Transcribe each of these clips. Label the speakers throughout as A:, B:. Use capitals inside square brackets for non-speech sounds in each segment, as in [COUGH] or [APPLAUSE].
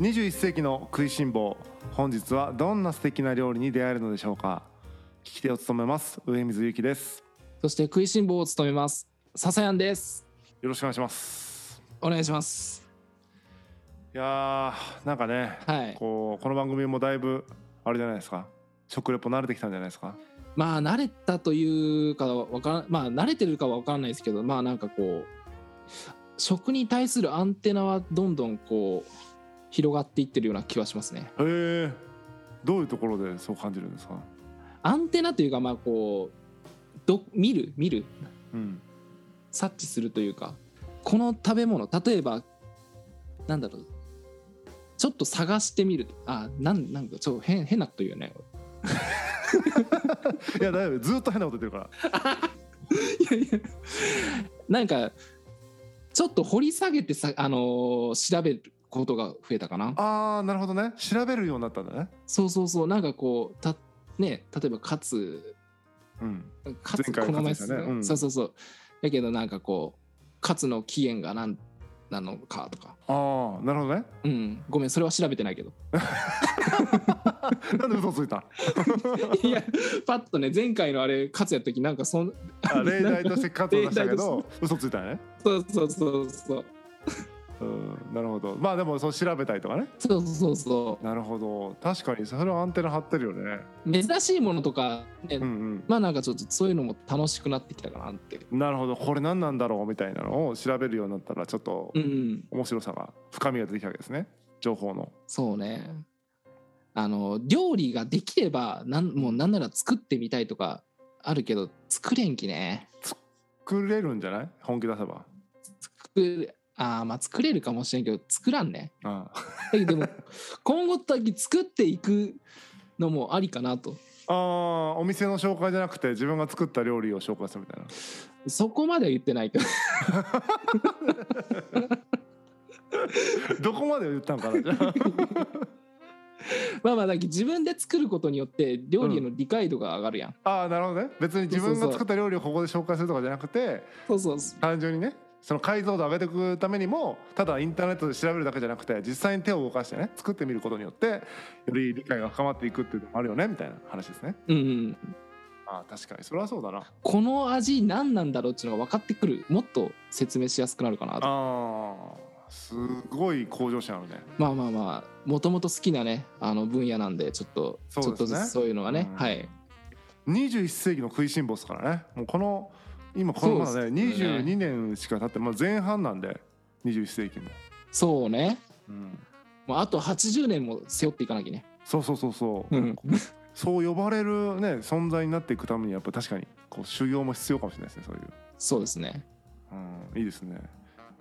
A: 21世紀の食いしん坊本日はどんな素敵な料理に出会えるのでしょうか聞き手を務めます上水ゆきです
B: そして食いしん坊を務めます笹谷です
A: よろしくお願いします
B: お願いします
A: いやーなんかね、
B: はい
A: こうこの番組もだいぶあれじゃないですか食レポ慣れてきたんじゃないですか
B: まあ慣れたというかわからまあ慣れてるかは分からないですけどまあなんかこう食に対するアンテナはどんどんこう広がっていってるような気はしますね
A: へえどういうところでそう感じるんですか
B: アンテナというかまあこうど見る見る
A: うん
B: 察知するというかこの食べ物例えばなんだろうちょっと探してみるあなんなんかちょっと変変なこと言うよね
A: いや大丈夫ずっと変なこと言ってるから
B: いやいやなんかちょっと掘り下げてさ、あのー調べることが増えたかな
A: あーなるほどね調べるようになったんだね
B: そうそうそうなんかこうたね例えばカツ
A: うん
B: カツ
A: 前回
B: この前
A: カツでしたねうん
B: そうそうそうだけどなんかこうカツの起源が何なのかとか
A: ああなるほどね
B: うんごめんそれは調べてない
A: [LAUGHS]
B: けど
A: なんで嘘ついた
B: いやパッとね前回のあれカツやった時なんかそん
A: あ例題としてカツを出したけ [LAUGHS] ど嘘ついたね
B: そうそうそうそう
A: うんなるほどまあでもそう調べたりとかね
B: そうそうそ
A: なるほど確かにそれはアンテナ張ってるよね
B: う珍しいものとか、ね
A: うん
B: まあなんかちょっとそういうのも楽しくなってきたかなって
A: うんなるほどこれ何なんだろうみたいなのを調べるようになったらちょっと
B: うん、
A: 面白さが深みが出てきたわけですね情報の
B: そうね。あの料理ができればなんもうなんなら作ってみたいとかあるけど作れんきね。
A: 作れるんじゃない本気出せば
B: 作れあーまあ作れるかもしれんけど作らんね。
A: ああ
B: だけどでも今後だけ作っていくのもありかなと。
A: あーお店の紹介じゃなくて自分が作った料理を紹介するみたいな
B: そこまでは言ってないけど
A: どこまで言ったんかなじゃあ
B: [LAUGHS] まあまあだけど自分で作ることによって料理への理解度が上がるやん。
A: [LAUGHS] ああなるほどね別に自分が作った料理をここで紹介するとかじゃなくて
B: そうそうそ
A: 単純にねその解像度を上げていくためにもただインターネットで調べるだけじゃなくて実際に手を動かしてね作ってみることによってより理解が深まっていくっていうのもあるよねみたいな話ですね
B: う。うんうん。
A: ああ確かにそれはそうだなあ
B: この味何なんだろうっていうのが分かってくるもっと説明しやすくなるかなと。
A: あすごい向上心あるね
B: まあまあまあもともと好きなねあの分野なんでちょっと、
A: そうですね
B: ちょっとずつそういうのがね、
A: うん
B: はい
A: 21世紀の食いしん坊ですからねもうこの今このま
B: そう
A: だ
B: で
A: ね
B: すね
A: 22年しか経って、まあ、前半なんで21世紀も、
B: そうね
A: うん、
B: もうあと80年も背負っていかなきゃね、
A: そうそうそうそう、
B: うん、
A: そう呼ばれるね存在になっていくためにやっぱ確かにこう修行も必要かもしれないですねそういう。
B: そうですね
A: うん、いいですね。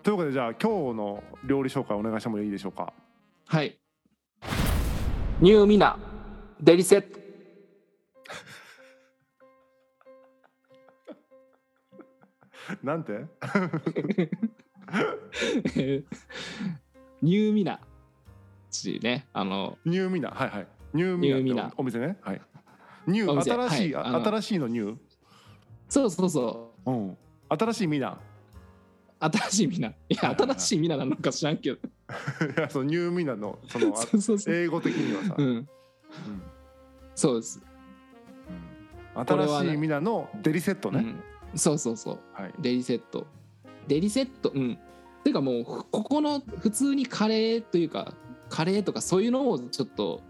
A: ということでじゃあ今日の料理紹介お願いしてもいいでしょうか。
B: はいニューミナデリセッ
A: [LAUGHS]
B: ト
A: なんて？
B: ニューミナちねあの
A: ニューミナはいはい。ニューミナって
B: ニューミナ
A: お店ね。はい。ニュ
B: お
A: ー
B: 店
A: 新しい、
B: はい
A: あ
B: あの
A: 新しいのニュー。
B: そうそうそう
A: うん。新しいミナ。 [LAUGHS]
B: 新しいミナいや新しいミナなのか知らんけど
A: いやそのニューミナのそのあ
B: [LAUGHS] そうそうそう、
A: 英語的にはさ、
B: うん、
A: うん
B: そうです、
A: うん
B: これは
A: 新
B: ね
A: しいミナのデリセット
B: う
A: ね。
B: ん、そうそうそう
A: はい。
B: デリセットデリセットうんていうかもうふここの普通にカレーというかカレーとかそういうのをちょっと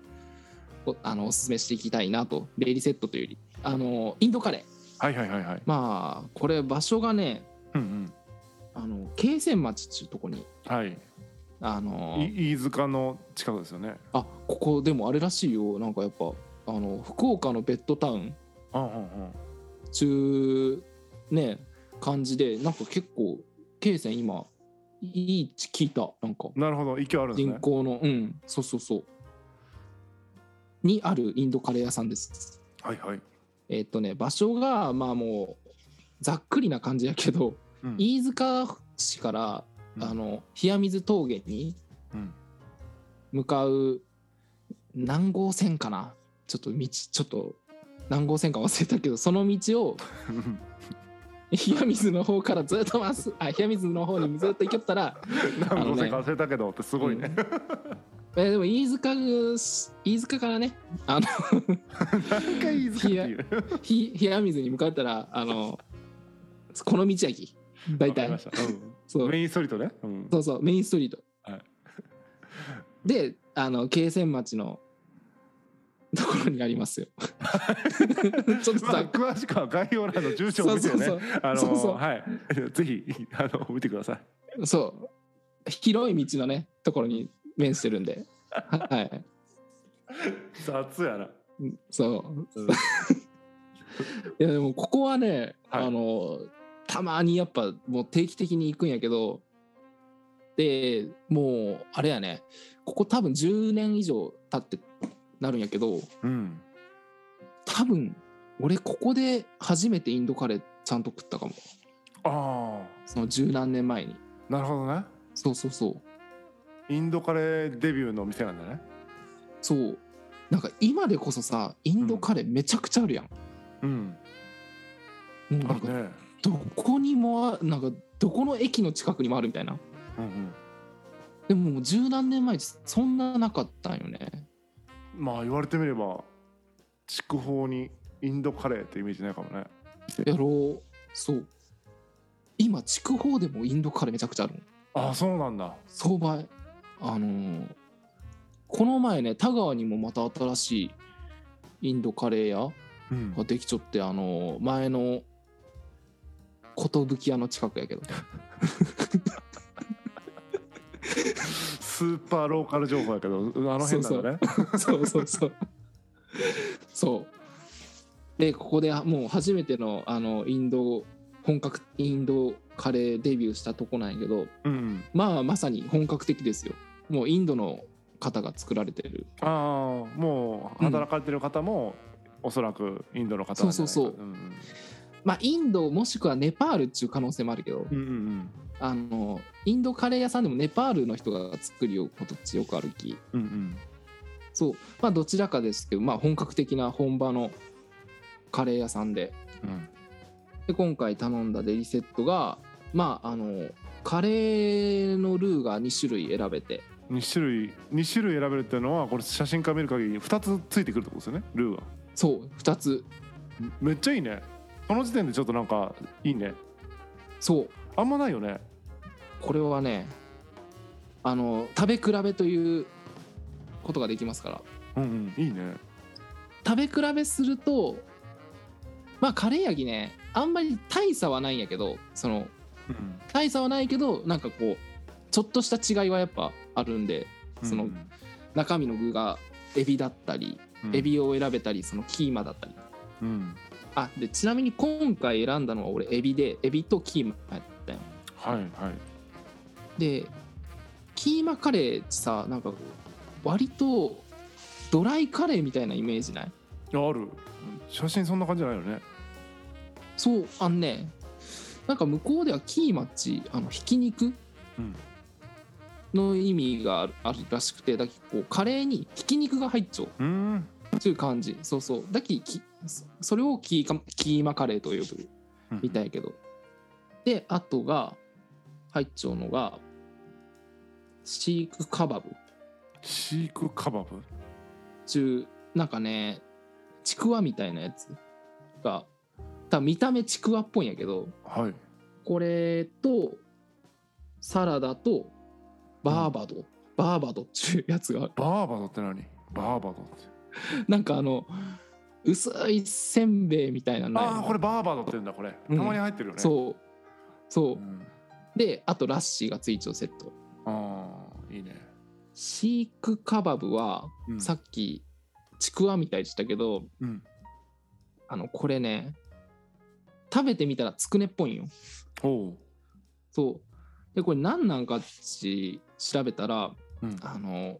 B: おあのおすすめしていきたいなとデリセットというよりあのインドカレー
A: はいはいはいはい。
B: まあこれ場所がね
A: うん
B: あの慶泉町っていうとこに
A: うん。はい。
B: あの
A: い飯塚の近くですよね。
B: あここでもあれらしいよなんかやっぱあの福岡のベッドタウン
A: うんうんうん。
B: 中ね感じでなんか結構慶泉今いい位置聞いたなんか
A: なるほど勢いあるんです
B: 人
A: ね。
B: 口の、うん、そうそうそう。にあるインドカレー屋さんです。
A: はいはい。
B: えっ、とね、場所が、まあもう、ざっくりな感じやけど、
A: うん [LAUGHS]
B: 飯塚市から、
A: うん
B: あの、冷水峠に
A: うん
B: 向かう南郷線かな。ちょっと道、ちょっと、南郷線か忘れたけど、その道を、冷水の方からずっとまっす、あ、冷水の方にずっと行けたら、
A: 何個せか忘れたけどってすごいね。
B: えーでも飯塚飯塚からねあの
A: 何回飯塚っていう
B: ひ冷や水に向かったらあのこの道秋大
A: わかりま
B: 体
A: したうん
B: そう
A: メインストリートね、うん
B: そうそうメインストリート、
A: はい
B: であの桂川町の [LAUGHS] ところにありますよちょっと
A: まあ
B: さ
A: 詳しくは概要欄の住所を見てね
B: そうそう
A: あの
B: そうそう
A: はい [LAUGHS] ぜひあの見てください
B: そう広い道のねところに面してるんでははい
A: 雑やな、
B: そう
A: うん
B: [LAUGHS] いやでもここはね、
A: はい
B: あのたまにやっぱもう定期的に行くんやけどでもうあれやねここ多分10年以上経ってなるんやけど
A: うん、
B: 多分俺ここで初めてインドカレーちゃんと食ったかも
A: あ
B: その十何年前に
A: あなるほどね
B: そうそうそう
A: インドカレーデビューの店なんだね
B: そうなんか今でこそさインドカレーめちゃくちゃあるやん、
A: うん
B: もう
A: あ
B: なん
A: る
B: か
A: ね
B: どこにもあなんかどこの駅の近くにもあるみたいな
A: うんうん
B: でももう十何年前ってそんななかったんよね
A: まあ言われてみれば筑豊にインドカレーってイメージないかもね
B: やろうそう今筑豊でもインドカレーめちゃくちゃあるの
A: ああそうなんだ
B: 相場あのーこの前ね田川にもまた新しいインドカレー
A: うん
B: 屋ができちょってあのー前の寿屋の近くやけど
A: スーパーローカル情報やけどあの辺なんだね
B: そうそうそう。そう。で、ここでもう初めてのあのインド、本格インドカレーデビューしたとこなんやけど、
A: うん
B: まあまさに本格的ですよ。もうインドの方が作られてる。
A: ああもう働かれてる方も、おそらくインドの方なんじゃないか
B: そうそうそうんまあインドもしくはネパールっちゅう可能性もあるけど、
A: うんうんうん
B: あの、インドカレー屋さんでもネパールの人が作りようことっちよく歩き、
A: うんうん
B: そう、まあどちらかですけど、まあ本格的な本場のカレー屋さんで、
A: うん
B: で今回頼んだデリセットがまああのカレーのルーが2種類選べて
A: 2種類二種類選べるっていうのはこれ写真から見る限り2つついてくるってことですよねルーが
B: そう2つ
A: めっちゃいいねこの時点でちょっとなんかいいね
B: そう
A: あんまないよね
B: これはねあの食べ比べということができますから
A: うんうんいいね
B: 食べ比べするとまあカレー焼きねあんまり大差はないんやけどその
A: うん
B: 大差はないけどなんかこうちょっとした違いはやっぱあるんでその
A: うん
B: 中身の具がエビだったり
A: うん
B: エビを選べたりそのキーマだったり
A: うん
B: あでちなみに今回選んだのは俺エビでエビとキーマやったよ
A: はいはい
B: でキーマカレーってさなんか割とドライカレーみたいなイメージない
A: いやある写真そんな感じじゃないよね
B: そうあんねなんか向こうではキーマっちあのひき肉
A: うん
B: の意味があるあるらしくてだけこうカレーにひき肉が入っちゃう
A: うん
B: という感じそうそうだけきそそれをキーカキーマカレーと呼ぶみたいやけど。で、あとが、入っちゃうのが、シークカバブ
A: シークカバブ
B: 中、なんかね、ちくわみたいなやつが、多分見た目ちくわっぽいんやけど、
A: はい
B: これと、サラダと、バーバド、バーバドっちゅうやつがある、
A: バーバドって何バーバドって
B: なんかあの、薄いせんべいみたいなのない
A: ああこれバーバドって言うんだこれたまに入ってるよね
B: そう。そうう。
A: ん
B: で、あとラッシーがついちゃうセット。
A: ああいいね
B: シークカバブは、
A: うん
B: さっきちくわみたいでしたけど
A: うん
B: あのこれね食べてみたらつくねっぽいんよ
A: おう
B: そうでこれ何なんかっち調べたら
A: うん
B: あの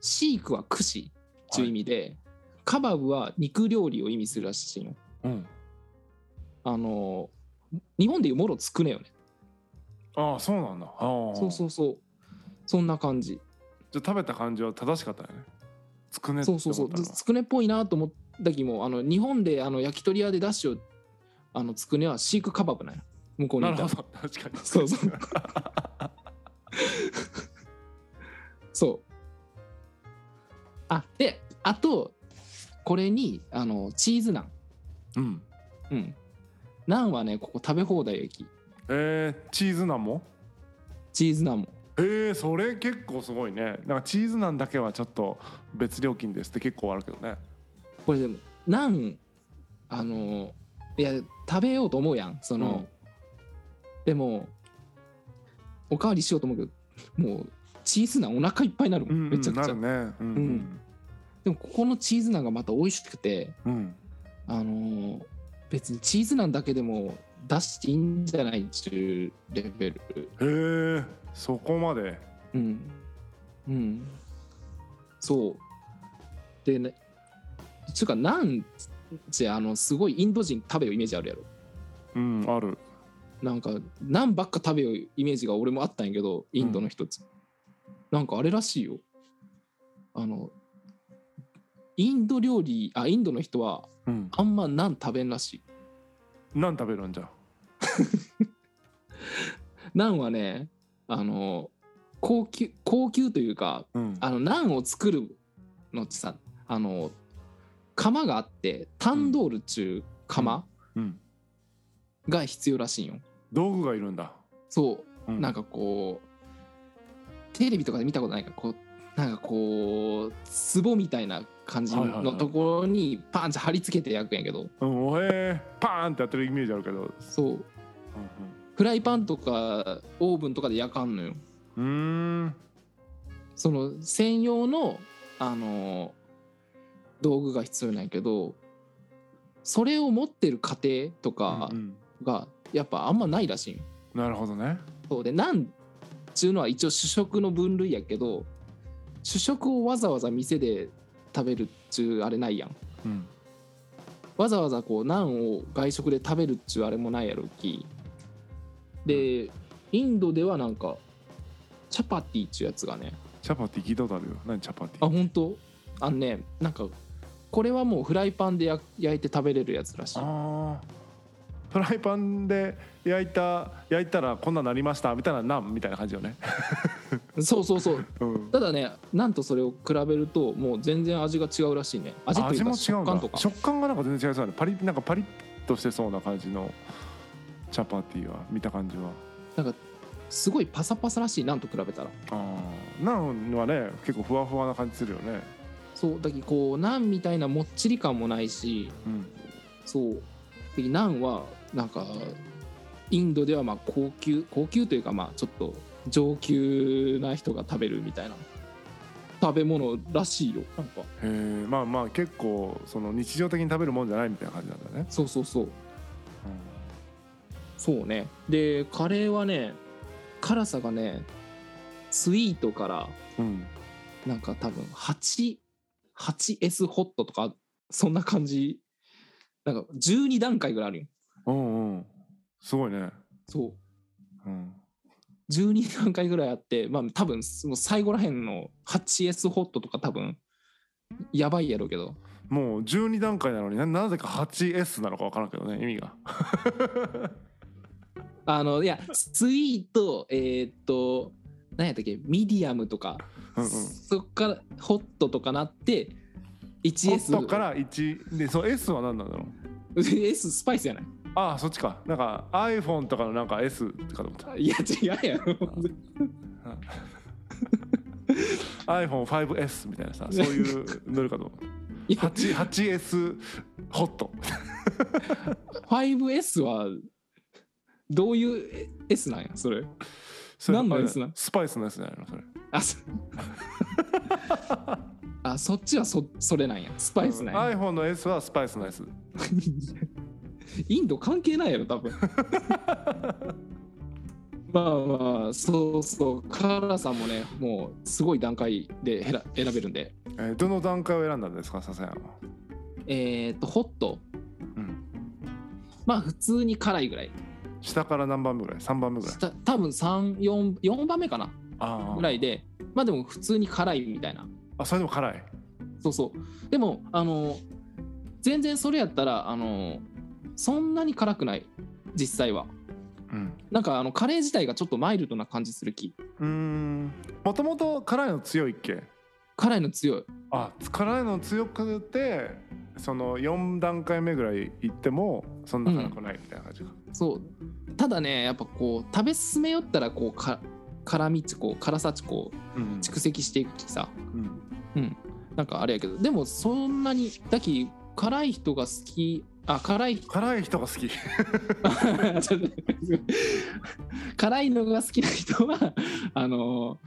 B: シークは串という意味で、カバブは肉料理を意味するらしいんよ
A: うん
B: あの日本でいうもろつくねよね
A: ああそうなんだああ
B: そうそうそうそんな感じ
A: じゃあ食べた感じは正しかったよねつくねって
B: そ
A: 思
B: うそうそ
A: っ
B: う
A: たのは
B: つくねっぽいなと思った時もあの日本であの焼き鳥屋で出汁をあのつくねはシークカバブなんや向こうに
A: ないる
B: た
A: ほど確かに
B: そうそうそうあであとこれにあのチーズナン
A: [LAUGHS] うん
B: うんナンはねここ食べ放題駅
A: えー、チーズナンも
B: チーズナンも
A: えー、それ結構すごいねなんかチーズナンだけはちょっと別料金ですって結構あるけどね
B: これでもナンあのいや食べようと思うやんその、
A: うん
B: でもおかわりしようと思うけどもうチーズナンお腹いっぱいになるも、
A: うんん、うん、
B: めちゃく
A: な
B: ちゃ、
A: るねうん
B: でもここのチーズナンがまた美味しくて
A: うん、うん
B: あのー別にチーズナンだけでも出していいんじゃないっていうレベル
A: へえー、そこまで
B: うんうんそうでねつうかナンってあのすごいインド人食べるイメージあるやろ
A: うんある
B: なんかナンばっか食べるイメージが俺もあったんやけどインドの人つ、なんかあれらしいよあのインド料理あインドの人は
A: うん
B: あんまナン食べんらしい
A: 何食べるんじゃ
B: ナンはねあの高級高級というか
A: うん
B: あのナンを作るのってさあの釜があってタンドールっちゅう釜
A: うん
B: が必要らしいんよ。
A: 道具がいるんだ
B: そううなんかこうテレビとかで見たことないからこうなんかこう壺みたいな感じ
A: はいはいは
B: の
A: い
B: ところにパンチ貼り付けて焼くんやけど
A: うん、おへえパーンってやってるイメージあるけど
B: そうフライパンとかオーブンとかで焼かんのよ。
A: うんうんうーん
B: その専用の、あの道具が必要なんやけどそれを持ってる家庭とか
A: うんうん
B: がやっぱあんまないらしいんよ
A: なるほどね
B: そうでなんちゅうのは一応主食の分類やけど主食をわざわざ店で食べるっちゅうあれないやん
A: うん
B: わざわざこうナンを外食で食べるっちゅうあれもないやろきでインドではなんかチャパティっちゅうやつがね
A: チャパティ聞いたことあるよ何チャパテ
B: あ
A: ィ
B: 本当あのねなんかこれはもうフライパンで焼焼いて食べれるやつらしい
A: あーフライパンで焼いた焼いたらこんななりましたみたいななんみたいな感じよね
B: そうそうそう
A: うん
B: ただねなんとそれを比べるともう全然味が違うらしいね味とい
A: 味
B: う
A: も違う
B: か
A: ん
B: 食
A: だ
B: 感とか
A: 食感がなんか全然違いそうだねパリなんかパリッとしてそうな感じのチャパティは見た感じは
B: なんかすごいパサパサらしいなんと比べたら
A: ああナンはね結構ふわふわな感じするよね
B: そうだけどこうナンみたいなもっちり感もないし
A: うん
B: そうでナンはなんかインドではまあ高級高級というかまあちょっと上級な人が食べるみたいな食べ物らしいよなんか
A: へえまあまあ結構その日常的に食べるもんじゃないみたいな感じなんだね、
B: そうそうそうそうねでカレーはね辛さがねスイートから
A: うん、
B: なんか多分 8, 8S ホットとかそんな感じなんか12段階ぐらいあるよ
A: うんうんすごいね
B: そう
A: うん
B: 12段階ぐらいあってまあ多分その最後らへんの 8S ホットとか多分やばいやろうけど
A: もう12段階なのにななぜか 8S なのか分からんけどね意味が
B: あのいやスイートえーっと何やったっけミディアムとか
A: うん、うん、
B: そっからホットとかなって 1S
A: ホット
B: [LAUGHS]
A: から1でそう S は何なんだろう
B: S スパイスやない
A: ああそっちかなんか iPhone とかのなんか S とかと思っ
B: いや違うやろ
A: た iPhone5S みたいなさそういう乗るかと
B: [LAUGHS]
A: 思う
B: いや
A: 8- 8S ホット
B: 5S はどういう S なんやそれ
A: それ
B: 何の S なの
A: スパイスの S じゃないのそれ [LAUGHS]
B: あそあそっちはそそれなんやスパイスなん
A: う
B: や、
A: ん iPhone の S はスパイスの S
B: [LAUGHS] インド関係ないやろ
A: [LAUGHS]
B: 多分まあまあそうそう辛さもねもうすごい段階で選選べるんで
A: えーどの段階を選んだんですか笹山は、
B: えっとホット
A: うん、
B: まあ普通に辛いぐらい
A: 下から何番目ぐらい3番目ぐらい
B: した多分34番目かな
A: あー
B: ぐらいでまあでも普通に辛いみたいな
A: あそれでも辛い
B: そうそうでもあの全然それやったらあのそんなに辛くない実際は
A: うん
B: なんかあのカレー自体がちょっとマイルドな感じする気
A: うーんもともと辛いの強いっけ
B: 辛いの強い
A: あ辛いの強くてその4段階目ぐらい行ってもそんな辛くないみたいな感じか、
B: そうただねやっぱこう食べ進めよったらこうか辛みっちこう辛さっちこう
A: うんうん
B: 蓄積していくきさ
A: うん
B: なんかあれやけどでもそんなにだき辛い人が好きあ辛いち
A: 辛い人が好き
B: [LAUGHS] ょっと辛いのが好きな人はあの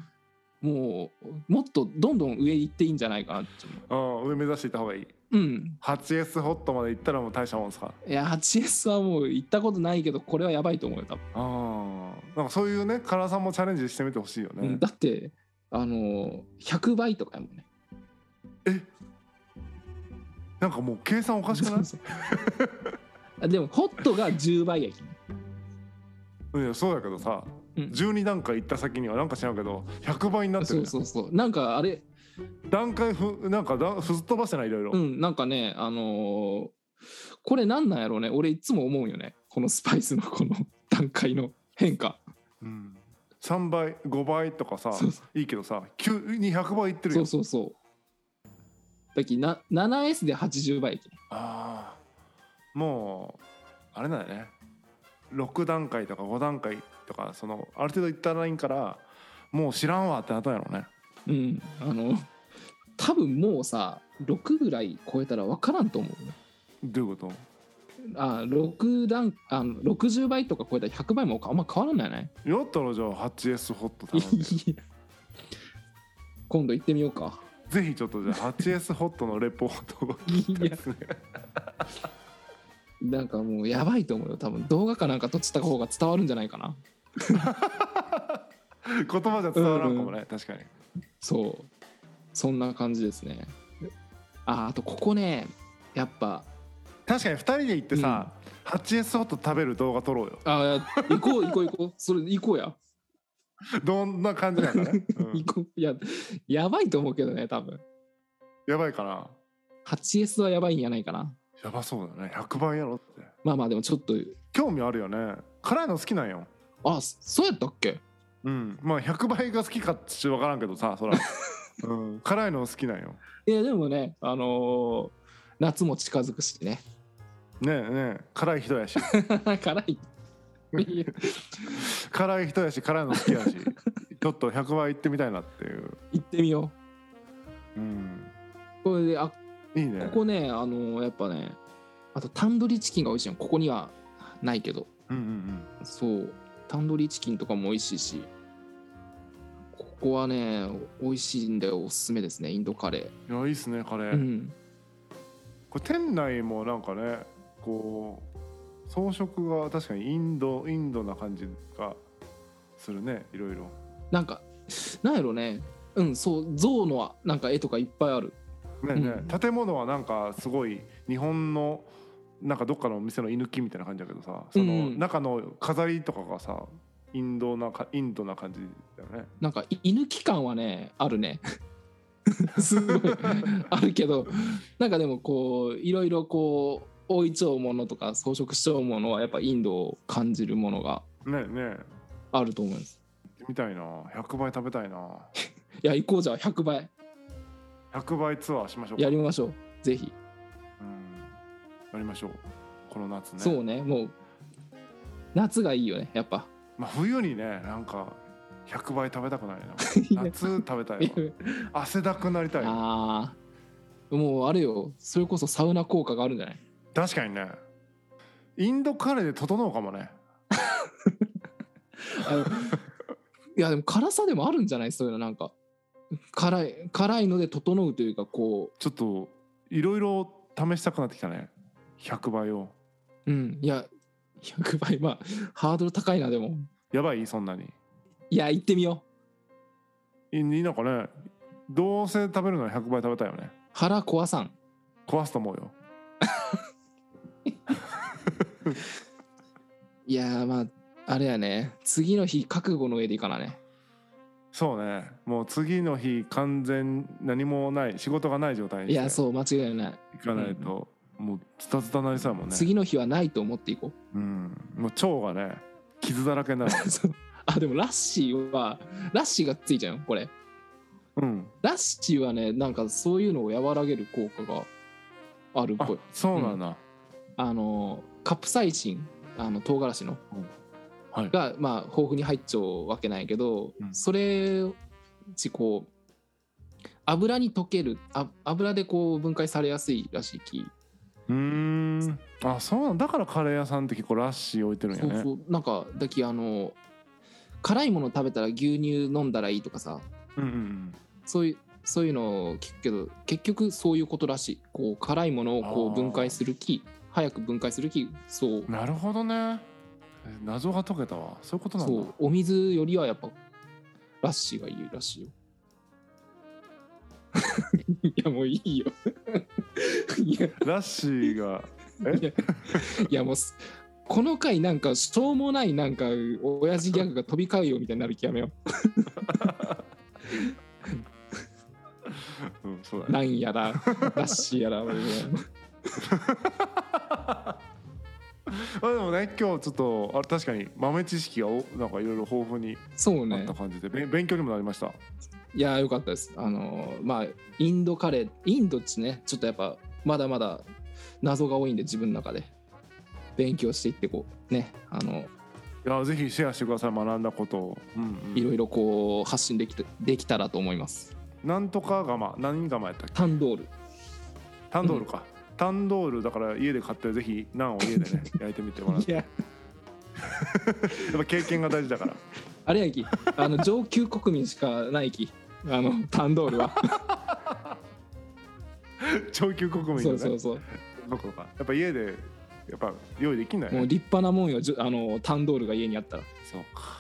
B: もうもっとどんどん上行っていいんじゃないかなって思
A: うん上目指していった方がいいう
B: うん
A: 8S ホットまで行ったらもう大したもんですか
B: いや 8S はもう行ったことないけどこれはやばいと思うよ多分、
A: あーなんかそういうね辛さもチャレンジしてみてほしいよ
B: う
A: ね
B: ん、だってあの100倍とかやもんね
A: なんかもう計算おかしくない
B: あ [LAUGHS] でもホットが10倍やき
A: いやそうだけどさ、
B: うん
A: 12段階行った先にはなんか知らんけど100倍になって
B: そ
A: るね
B: うそうそうなんかあれ
A: 段階ふなんかだふすっ飛ばしてないいろいろ、
B: うんなんかねあのーこれなんなんやろうね俺いつも思うよねこのスパイスのこの段階の変化
A: うん3倍5倍とかさ
B: そうそ
A: いいけどさ急に100倍いってる
B: そ
A: よ
B: うそうそうだっきな 7S で80倍やき
A: ああもうあれだよね6段階とか5段階とかそのある程度いったラインからもう知らんわってなったんやろうね
B: うんあの多分もうさ6ぐらい超えたら分からんと思う
A: どういうこ
B: あ6段あの60倍とか超えたら100倍もあんま変わらな
A: [LAUGHS]
B: いね
A: とやったらじゃあ 8S ホット頼ん
B: [LAUGHS]
A: で
B: 今度行ってみようか
A: ぜひちょっとじゃあ 8S ホットのレポートを
B: いや
A: ですね
B: なんかもうやばいと思うよ多分動画かなんか撮ってた方が伝わるんじゃないかな
A: 言葉じゃ伝わらんかもね、確かに
B: そうそんな感じですねああとここねやっぱ
A: 確かに2人で行ってさ、8S ホット食べる動画撮ろうよ
B: あー行こう行こう行こうそれ行こうや、
A: どんな感じなん
B: [LAUGHS]
A: だね、うん
B: 行こういややばいと思うけどね多分
A: やばいかな
B: 8S はやばいんじゃないかな
A: やばそうだね100倍やろって
B: まあまあでもちょっと
A: 興味あるよね辛いの好きなんよ
B: あそそうやったっけ
A: うんまあ100倍が好きかっちゅう分からんけどさ
B: [LAUGHS]
A: そら、うん、辛いの好きなんよ
B: いやでもねあのー夏も近づくしね [LAUGHS]
A: ねえねえ辛い人やし
B: 辛い [LAUGHS] いや
A: 辛い人やし辛いの好きやしちょっと100倍行ってみたいなっていう、
B: 行ってみよ
A: うん、
B: うこれであ
A: いいね
B: ここね、あのーやっぱね、あとタンドリーチキンが美味しいの、ここにはないけど、
A: うんうんうん
B: そう、タンドリーチキンとかも美味しいし、ここはね、美味しいんでおすすめですね、インドカレ
A: いやいいっすねカレー、
B: ー。うん、
A: これ店内もなんかねこう装飾が確かにインドインドな感じがするねいろいろ
B: なんか、なんやろね、うん、そう、象のなんか絵とかいっぱいある。
A: ねえねえ、
B: うん
A: 建物はなんかすごい日本のなんかどっかのお店の居抜きみたいな感じだけどさその
B: うん
A: 中の飾りとかがさインドなかインドな感じだよね
B: なんか、い犬期間はね、あ
A: [LAUGHS]
B: るね。すごい、あるけど、なんかでもこう、いろいろこう、大いちょうものとか装飾しちょうものはやっぱインドを感じるものが
A: ねえね
B: あると思います。
A: えみたいな100倍食べたいない
B: や、行こうじゃあ、100倍。
A: 100倍ツアーしましょうか
B: やりましょう。ぜひ。
A: うんやりましょうこの夏ね
B: そうね、もう、夏がいいよね、やっぱ。
A: まあ、冬にねなんか100倍食べたくない
B: [LAUGHS] い
A: な
B: や
A: 夏食べたいわ汗だくなりたいわ
B: [LAUGHS] ああ、もうあれよ、それこそサウナ効果があるんじゃない
A: 確かにねインドカレーで整うかもね
B: あの [LAUGHS] いや、でも辛さでもあるんじゃないそういうの、なんか。辛い、辛いので整うというか、こ
A: ちょっといろいろ試したくなってきたね100倍を
B: う、うん、いや、100倍、まあ、ハードル高いな、でも。
A: やばいそんなに
B: いや、行ってみよう。
A: いいいなんかねどうせ食べるなら100倍食べたいよね
B: 腹壊さん。
A: 壊すと思うよ
B: いやー、まあ、あれやね、次の日、覚悟の上でいかなね。
A: そうねもう次の日完全何もない仕事がない状態に
B: いや、
A: して
B: そう、間違いない。
A: いかないと、もうズタズタになりそうやもんね
B: 次の日はないと思っていこう。
A: うんもう腸がね
B: [LAUGHS]
A: 傷だらけになる
B: そうあでもラッシーはラッシーがついちゃうよこれ
A: うん、
B: ラッシーはねなんかそういうのを和らげる効果があるっ
A: あ
B: ぽい
A: そうなんだ、
B: あのカプサイシンあの唐辛子の、
A: うんはい
B: がまあ豊富に入っちゃうわけないけど、
A: うん
B: それうちこう油に溶けるあ油でこう分解されやすいらしい木
A: うーんあそうなんだからカレー屋さんって結構ラッシー置いてるんや
B: そう
A: ね
B: そうなんかだきあの辛いもの食べたら牛乳飲んだらいいとかさ
A: うんうんうん
B: そういうそういうのを聞くけど結局そういうことらしいこう辛いものをこ
A: あー
B: う分解する木早く分解する木そう
A: なるほどねえ謎が解けたわそういうことなん
B: そ
A: だ
B: うお水よりはやっぱラッシーがいいらしいよ [LAUGHS] いやもういいよ [LAUGHS] いやい
A: ラッシーが
B: やもうすこの回なんかしょうもないなんか親父ギャグが飛び交うよみたいになる気やめよ
A: うんそうだ [LAUGHS]
B: う
A: ね
B: なんやらラッシーやらもうね
A: まあでもね今日ちょっとあ確かに豆知識がおなんかいろいろ豊富に
B: そう
A: あっ
B: ね
A: た感じで、べん勉強にもなりました
B: いやよかったですあのまあインドカレーインドっちねちょっとやっぱまだまだ謎が多いんで自分の中で勉強していってこうねあの
A: いやぜひシェアしてください学んだことを、うんうん
B: いろいろこう発信できたできたらと思います。
A: なんとか釜何釜やったっけ
B: タンドール。
A: タンドールか、タンドールだから家で買ってぜひナンを家でね焼いてみても
B: [LAUGHS]
A: らって
B: や、
A: やっぱ経験が大事だから
B: あれやき、あの上級国民しかないき、あのタンドール
A: [LAUGHS]
B: は。
A: 長級国民のね
B: そうそうそう。
A: どころかやっぱ家でやっぱ用意できない、
B: もう立派なもんよ、じゅあのタンドールが家にあったら。
A: そうか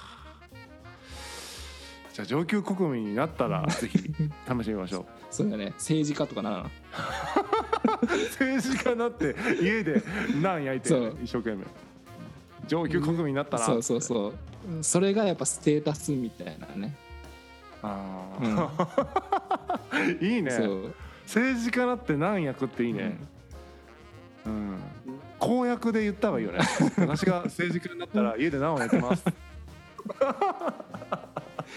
A: じゃあ上級国民になったらぜひ試してみましょう
B: そうだね、政治家とかならな。 [LAUGHS]
A: 政治家になって家でナン焼いて
B: そう
A: 一生懸命上級国民になったら
B: そうそうそう。それがやっぱステータスみたいなね。
A: あー [LAUGHS] いいね
B: そう。
A: 政治家だって何役っていいね、うん公約で言った方がいいよね私が政治家になったら家で何をやって
B: [LAUGHS]
A: ます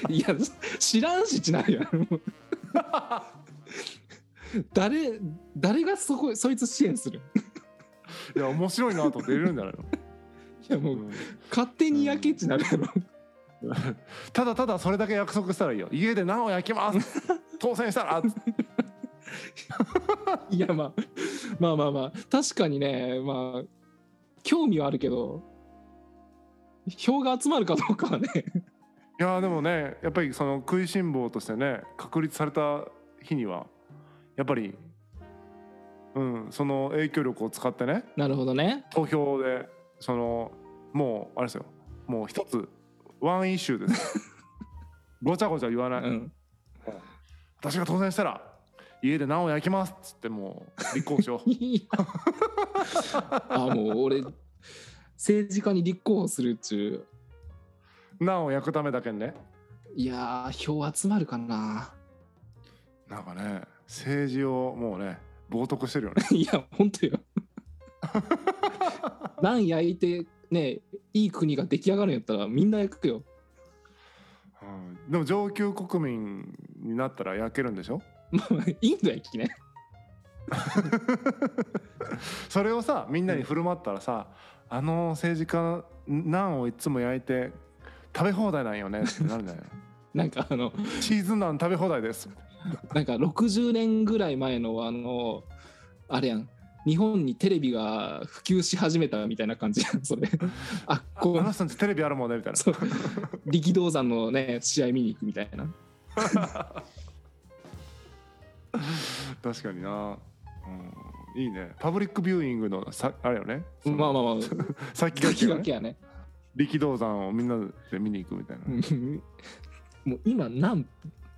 B: いや、知らんしちないやん。
A: [LAUGHS]
B: もう誰誰がそこそいつ支援する
A: いや面白いなと思って入れるんじゃない
B: いやも
A: の、
B: う、
A: うん
B: 勝手に焼けっちなるやろ
A: ただただそれだけ約束したらいいよ家で何を焼きます
B: [LAUGHS]
A: 当選したらっつって
B: いや、まあ、まあまあまあ確かにねまあ興味はあるけど票が集まるかどうかはね
A: いやでもねやっぱりその食いしん坊としてね確立された日にはやっぱりうんその影響力を使ってね
B: なるほどね
A: 投票でそのもうあれですよもう一つワンイシューですごちゃごちゃ言わ
B: う
A: ない、
B: ん
A: 私が当選したら家で何を焼きますっつってもう立候補しよう
B: [LAUGHS] あもう俺政治家に立候補するっちゅ [LAUGHS]
A: 何を焼くためだけにね
B: ういやー票集まるかな
A: なんかね政治をもうね冒涜してるよね
B: いや本当 [LAUGHS] よ何焼いてねいい国が出来上がるんやったらみんな焼くよ [LAUGHS]
A: うんでも上級国民になったら焼けるんでしょ
B: まあまあインド焼きね
A: それをさみんなに振る舞ったらさ、あの政治家ナンをいつも焼いて食べ放題なんよねってなるん
B: [LAUGHS]
A: だよ
B: なんかあの
A: チーズナン食べ放題です
B: なんか60年ぐらい前のあのあれやん日本にテレビが普及し始めたみたいな感じやん [LAUGHS] それあっこ
A: あの
B: う
A: 人たちテレビあるもんねみたいな
B: そう力道山のね試合見に行くみたいな
A: 確かにな、うん、いいねパブリックビューイングのさあれよねその
B: まあま [LAUGHS] あまあ
A: 先
B: 気
A: 駆けが、
B: がけ
A: ね、
B: やね
A: 力道山をみんなで見に行くみたいな、
B: うんもう今なん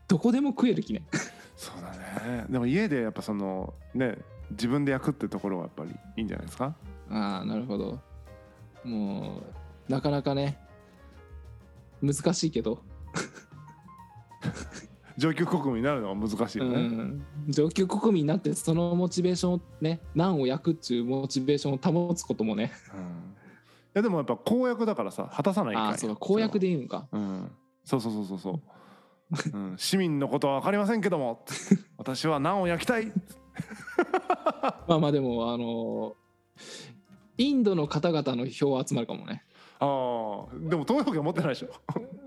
B: どこでも食える気ね
A: そうだねでも家でやっぱそのね自分で焼くってところはやっぱりいいんじゃないですか
B: ああなるほどもうなかなかね難しいけど、
A: 上級国民になるのは難しいうよね、
B: ん、上級国民になってそのモチベーションをね難を焼くっちゅうモチベーションを保つこともね
A: うんいやでもやっぱ公約だからさ果たさないかん
B: あ
A: や
B: あそうか公約でいいのか
A: うんそうそうそうそうそううん、市民のことは分かりませんけども私はナンを焼きたい
B: まあまあでもあのインドの方々の票は集まるかもね
A: ああでも投票権持ってないでしょ、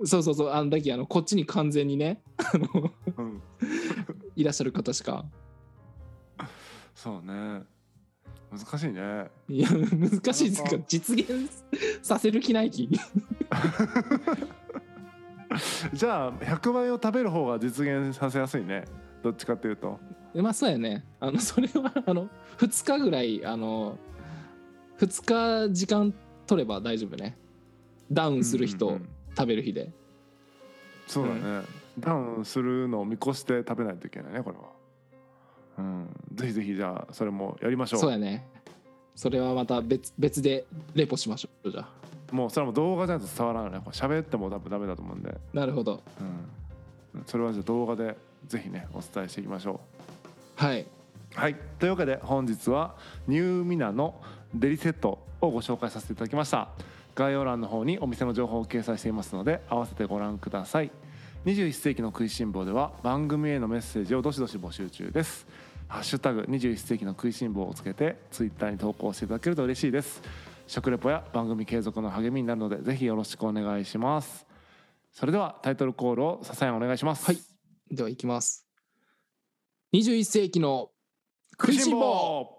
B: そうそうそうあのだけあのこっちに完全にねあの
A: うん、
B: いらっしゃる方しか
A: そうね難しいね
B: いや難しいです
A: なか
B: か
A: な
B: 実現させる気ない気 [LAUGHS]
A: じゃあ100倍を食べる方が実現させやすいねどっちかっていうと
B: まあそうやねあのそれはあの2日ぐらいあの2日時間取れば大丈夫ねダウンする日
A: うんう
B: と
A: んうん
B: 食べる日で、
A: そうだね、ダウンするのを見越して食べないといけないねこれはうんぜひぜひじゃあそれもやりましょう
B: そうやねそれはまた別別でレポしましょうじゃあ
A: もうそれはもう動画じゃないと伝わらないねこれ喋っても多分ダメだと思うんで、
B: なるほど
A: うん、それはじゃあ動画でぜひねお伝えしていきましょう
B: はい
A: はい、というわけで本日はニューミナのデリセットをご紹介させていただきました概要欄の方にお店の情報を掲載していますので合わせてご覧ください21世紀の食いしん坊では番組へのメッセージをどしどし募集中ですハッシュタグ21世紀の食いしん坊をつけてツイッターに投稿していただけると嬉しいです食レポや番組継続の励みになるのでぜひよろしくお願いしますそれではタイトルコールを笹山お願いします
B: はいではいきます21世紀の食いしん坊
A: ー